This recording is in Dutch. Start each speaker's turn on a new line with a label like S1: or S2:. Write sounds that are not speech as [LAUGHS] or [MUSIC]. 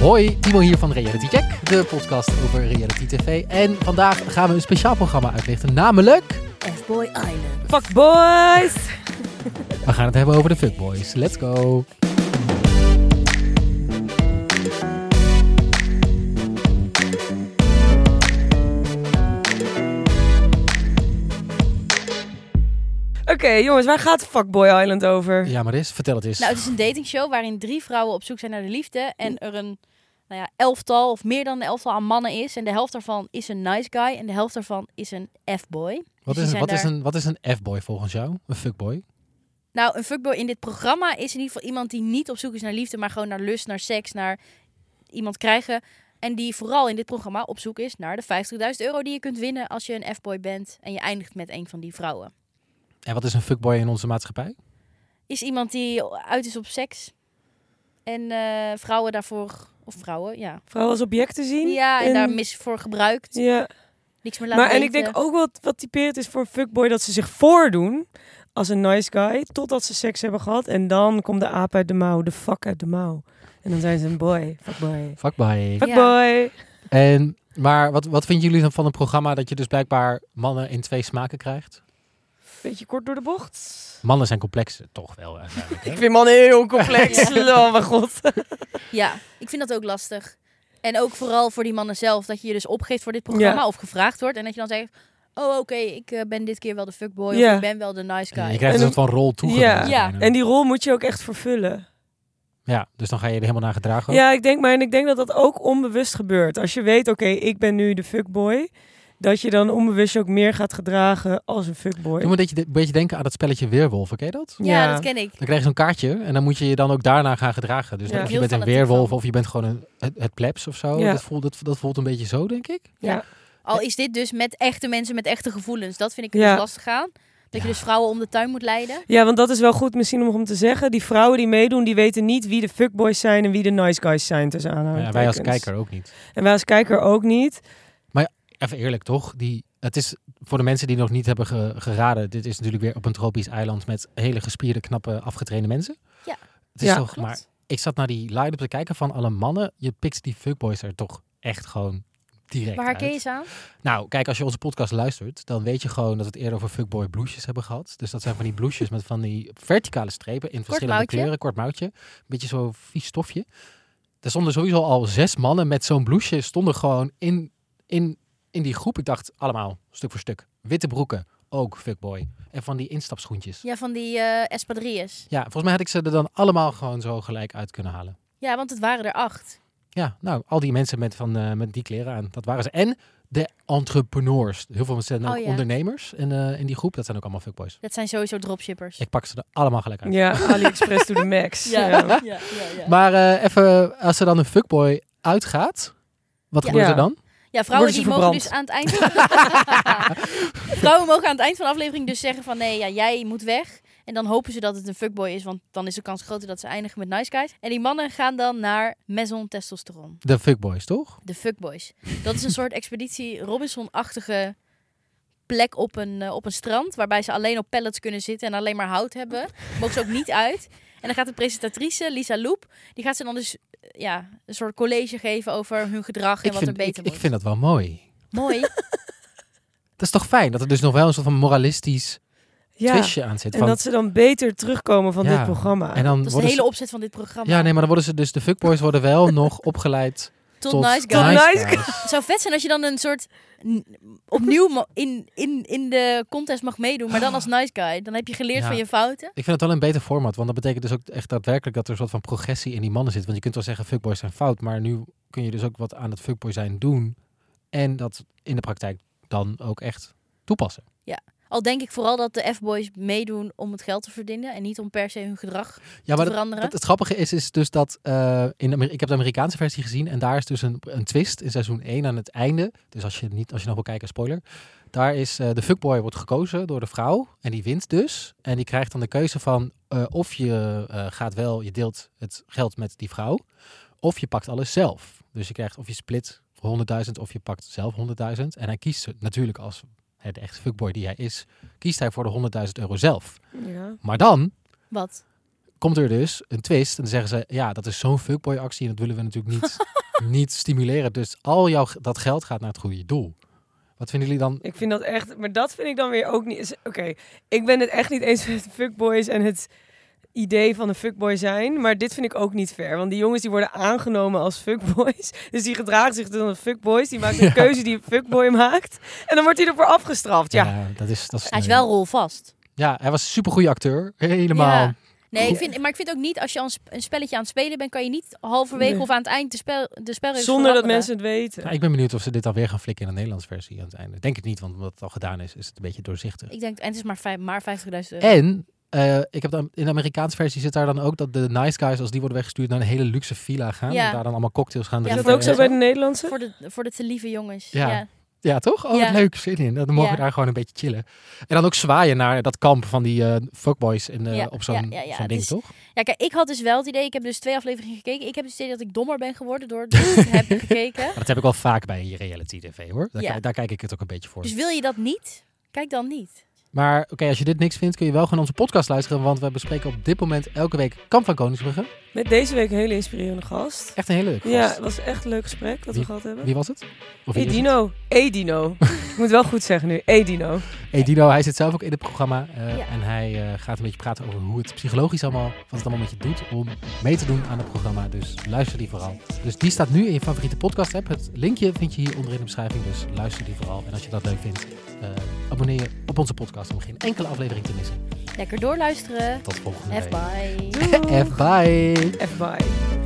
S1: Hoi, Timo hier van Reality Check, de podcast over reality tv. En vandaag gaan we een speciaal programma uitlichten, namelijk...
S2: F-Boy Island.
S3: Fuck boys!
S1: We gaan het hebben over de fuckboys. Let's go!
S3: Oké, jongens, waar gaat Fuckboy Island over?
S1: Ja, Maris, vertel het eens.
S2: Nou, het is een datingshow waarin drie vrouwen op zoek zijn naar de liefde. En er een nou ja, elftal of meer dan een elftal aan mannen is. En de helft daarvan is een nice guy en de helft daarvan is een F-boy.
S1: wat,
S2: die
S1: is,
S2: zijn
S1: wat, is
S2: daar-
S1: een, wat is een F-boy volgens jou? Een fuckboy?
S2: Nou, een fuckboy in dit programma is in ieder geval iemand die niet op zoek is naar liefde, maar gewoon naar lust, naar seks, naar iemand krijgen. En die vooral in dit programma op zoek is naar de 50.000 euro die je kunt winnen als je een F-boy bent en je eindigt met een van die vrouwen.
S1: En wat is een fuckboy in onze maatschappij?
S2: Is iemand die uit is op seks en eh, vrouwen daarvoor, of vrouwen, ja,
S3: Vooral als object te zien.
S2: Ja, en, daar mis voor gebruikt.
S3: Ja,
S2: Niks meer laten
S3: maar en ik
S2: weten.
S3: denk ook wat, wat typerend is voor een fuckboy dat ze zich voordoen als een nice guy, totdat ze seks hebben gehad. En dan komt de aap uit de mouw, de fuck uit de mouw. En dan zijn ze een boy, fuckboy.
S1: Fuckboy.
S3: Fuckboy!
S1: En, maar wat, wat vinden jullie dan van een programma dat je dus blijkbaar mannen in twee smaken krijgt?
S3: Beetje kort door de bocht.
S1: Mannen zijn complex, toch wel uiteindelijk. hè?
S3: Ik vind mannen heel [LAUGHS] complex. Oh mijn god.
S2: Ja, ik vind dat ook lastig. En ook vooral voor die mannen zelf, dat je je dus opgeeft voor dit programma
S3: Ja.
S2: of gevraagd wordt. En dat je dan zegt, oh oké, ik eh, ben dit keer wel de fuckboy
S3: Ja.
S2: of ik ben wel de nice
S1: eh, En
S2: guy.
S1: je krijgt een
S3: En
S1: soort van rol toegewezen.
S2: Ja.
S1: bijna.
S3: En die rol moet je ook echt vervullen.
S1: ja, dus dan ga je er helemaal naar gedragen.
S3: Ja, ik denk maar en ik denk dat dat ook onbewust gebeurt. Als je weet, oké, ik ben nu de fuckboy, dat je dan onbewust je ook meer gaat gedragen als een fuckboy.
S1: Doe me een beetje, een beetje denken aan dat spelletje Weerwolven, ken je dat?
S2: ja, dat ken ik.
S1: Dan krijg je zo'n kaartje en dan moet je je dan ook daarna gaan gedragen. Dus
S3: Ja.
S1: dan of je
S2: Heel
S1: bent een
S2: fanatiek
S1: weerwolf
S2: van.
S1: of je bent gewoon een, het, het plebs of zo.
S3: Ja.
S1: Dat, voelt, dat, dat voelt een beetje zo, denk ik.
S3: Ja.
S2: Al is dit dus met echte mensen, met echte gevoelens. Dat vind ik er
S3: Ja.
S2: dus lastig aan.
S1: Ja.
S2: Dat je dus vrouwen om de tuin moet leiden.
S3: Ja, want dat is wel goed misschien om, om te zeggen. Die vrouwen die meedoen, die weten niet wie de fuckboys zijn en wie de nice guys zijn tussen
S1: Ja,
S3: aanhalingstekens.
S1: wij als kijker ook niet.
S3: En wij als kijker ook niet.
S1: Even eerlijk, toch? Die, het is voor de mensen die nog niet hebben ge- geraden. Dit is natuurlijk weer op een tropisch eiland met hele gespierde, knappe, afgetrainde mensen.
S2: Ja.
S1: Het is
S3: Ja,
S1: toch,
S2: Klopt.
S1: maar ik zat naar die line-up te kijken van alle mannen. Je pikt die fuckboys er toch echt gewoon direct
S2: Waar
S1: uit.
S2: herken je ze aan?
S1: Nou, kijk, als je onze podcast luistert, dan weet je gewoon dat we het eerder over fuckboy blouses hebben gehad. Dus dat zijn van die blouses met van die verticale strepen in verschillende
S2: mouwtje.
S1: kleuren, kort mouwtje. Beetje zo'n vies stofje. Er stonden sowieso al zes mannen met zo'n blouseje, stonden gewoon in, in, in die groep. Ik dacht, allemaal, stuk voor stuk. Witte broeken, ook fuckboy. En van die instapschoentjes. Ja.
S2: Ja, van die eh espadrilles.
S1: volgens mij had ik ze er dan allemaal gewoon zo gelijk uit kunnen halen.
S2: Ja, want het waren er acht.
S1: Ja, nou, al die mensen met, van, eh, met die kleren aan, dat waren ze. En de entrepreneurs. Heel veel mensen zijn ook
S2: Oh, ja.
S1: ondernemers in, eh, in die groep. Dat zijn ook allemaal fuckboys.
S2: Dat zijn sowieso dropshippers.
S1: Ik pak ze er allemaal gelijk uit.
S3: Ja,
S1: [LAUGHS]
S3: AliExpress to the max. Ja.
S2: ja, ja.
S1: Maar eh, even, als er dan een fuckboy uitgaat, wat
S2: Ja.
S1: gebeurt er
S3: Ja.
S1: dan?
S2: Ja, vrouwen
S3: Worden ze
S2: die mogen
S3: verbrand?
S2: dus aan het eind van... [LAUGHS] vrouwen mogen aan het eind van de aflevering dus zeggen van... nee, ja, jij moet weg. En dan hopen ze dat het een fuckboy is... want dan is de kans groter dat ze eindigen met nice guys. En die mannen gaan dan naar Maison Testosteron.
S1: De fuckboys, toch?
S2: De fuckboys. Dat is een soort expeditie Robinson-achtige plek op een, eh, op een strand... waarbij ze alleen op pallets kunnen zitten en alleen maar hout hebben. Mogen ze ook niet uit. En dan gaat de presentatrice, Lisa Loep... die gaat ze dan dus eh, ja, een soort college geven over hun gedrag... en
S1: ik,
S2: wat er
S1: vind,
S2: beter
S1: ik, ik
S2: moet.
S1: vind dat wel mooi.
S2: Mooi.
S1: Dat is toch fijn dat er dus nog wel een soort van moralistisch
S3: ja.
S1: twistje aan zit.
S3: En
S1: van-
S3: dat ze dan beter terugkomen van
S1: Ja.
S3: dit programma.
S1: en dan
S2: Dat is de
S1: worden
S2: hele
S1: ze-
S2: opzet van dit programma.
S1: Ja, nee, maar dan worden ze dus, de fuckboys worden wel [LAUGHS] nog opgeleid
S2: tot,
S1: tot
S2: nice
S3: Tot
S2: guy.
S3: nice
S1: guys.
S2: Het [LAUGHS] zou vet zijn als je dan een soort n- opnieuw mo- in, in, in de contest mag meedoen, maar dan als nice guy. Dan heb je geleerd
S1: Ja.
S2: van je fouten.
S1: Ik vind het wel een beter format, want dat betekent dus ook echt daadwerkelijk dat er een soort van progressie in die mannen zit. Want je kunt wel zeggen, fuckboys zijn fout, maar nu kun je dus ook wat aan het fuckboy zijn doen. En dat in de praktijk dan ook echt toepassen.
S2: Al denk ik vooral dat de F-boys meedoen om het geld te verdienen en niet om per se hun gedrag
S1: Ja,
S2: te
S1: maar dat,
S2: veranderen.
S1: dat- het grappige is, is dus dat eh, in Amer- ik heb de Amerikaanse versie gezien en daar is dus een, een twist in seizoen 1 aan het einde. Dus als je, niet, als je nog wil kijken, spoiler. Daar is eh, de fuckboy wordt gekozen door de vrouw en die wint dus. En die krijgt dan de keuze van eh, of je eh, gaat wel, je deelt het geld met die vrouw, of je pakt alles zelf. Dus je krijgt of je split 100.000 of je pakt zelf 100.000. En hij kiest natuurlijk als hè, de echte fuckboy die hij is, kiest hij voor de 100.000 euro zelf.
S3: Ja.
S1: Maar dan
S2: Wat?
S1: komt er dus een twist. En dan zeggen ze, ja, dat is zo'n fuckboy actie. En dat willen we natuurlijk
S2: [LAUGHS]
S1: niet, niet stimuleren. Dus al jouw, g- dat geld gaat naar het goede doel. Wat vinden jullie dan?
S3: Ik vind dat echt, maar dat vind ik dan weer ook niet. is- Oké, ik ben het echt niet eens met fuckboys en het idee van een fuckboy zijn, maar dit vind ik ook niet fair, want die jongens die worden aangenomen als fuckboys, [LAUGHS] dus die gedragen zich dan als fuckboys, die maken een
S1: Ja.
S3: keuze die een fuckboy maakt, en dan wordt hij ervoor afgestraft. Ja,
S1: Eh, dat is, dat is
S2: Hij is
S1: sneu.
S2: wel rolvast.
S1: Ja, hij was een supergoeie acteur. Helemaal.
S2: Ja. Nee, ik vind, maar ik vind ook niet, als je aan sp- een spelletje aan het spelen bent, kan je niet halverwege
S3: Nee.
S2: of aan het eind de, spel, de spelregels
S3: zonder dat
S2: veranderen.
S3: mensen het weten.
S1: Ja, ik ben benieuwd of ze dit alweer gaan flikken in een Nederlands versie aan het einde. Denk het niet, want omdat het al gedaan is, is het een beetje doorzichtig.
S2: Ik denk, en het is maar, vijf, maar 50.000 euro.
S1: En eh, ik heb dan, in de Amerikaanse versie zit daar dan ook dat de nice guys, als die worden weggestuurd, naar een hele luxe villa gaan.
S2: Ja.
S1: En daar dan allemaal cocktails gaan
S2: Ja,
S3: Is
S1: drinken.
S3: dat ook zo bij de Nederlandse?
S2: Voor de, voor de te lieve jongens.
S1: Ja.
S2: Ja.
S1: Ja, toch? Oh, wat
S2: Ja.
S1: leuk. Zin in. Dan mogen we
S2: Ja.
S1: daar gewoon een beetje chillen. En dan ook zwaaien naar dat kamp van die eh, fuckboys in, eh,
S2: Ja,
S1: op zo'n
S2: ja, ja, ja.
S1: zo'n
S2: Het
S1: ding,
S2: is-
S1: toch?
S2: Ja, kijk, ik had dus wel het idee, ik heb dus twee afleveringen gekeken. Ik heb dus het idee dat ik dommer ben geworden door het heb gekeken.
S1: [LAUGHS] Maar dat heb ik wel vaak bij reality tv, hoor. Daar,
S2: Ja.
S1: ki- daar kijk ik het ook een beetje voor.
S2: Dus wil je dat niet? Kijk dan niet.
S1: Maar oké, als je dit niks vindt, kun je wel gewoon onze podcast luisteren. Want we bespreken op dit moment elke week Kamp van Koningsbrugge.
S3: Met deze week een hele inspirerende gast.
S1: Echt een hele leuke
S3: Ja,
S1: gast.
S3: het was echt een leuk gesprek dat we gehad hebben.
S1: Wie was het? Of wie is het?
S3: Edino, Edino. ik moet wel goed zeggen nu, Edino.
S1: Hey Dino, hij zit zelf ook in het programma. eh,
S2: Ja.
S1: En hij eh, gaat een beetje praten over hoe het psychologisch allemaal, wat het allemaal met je doet om mee te doen aan het programma. Dus luister die vooral. Dus die staat nu in je favoriete podcast app. Het linkje vind je hieronder in de beschrijving. Dus luister die vooral. En als je dat leuk vindt, eh, abonneer je op onze podcast om geen enkele aflevering te missen.
S2: Lekker doorluisteren.
S1: Tot volgende
S2: F
S1: week.
S2: bye.
S3: Doeg.
S1: F bye.
S3: F bye.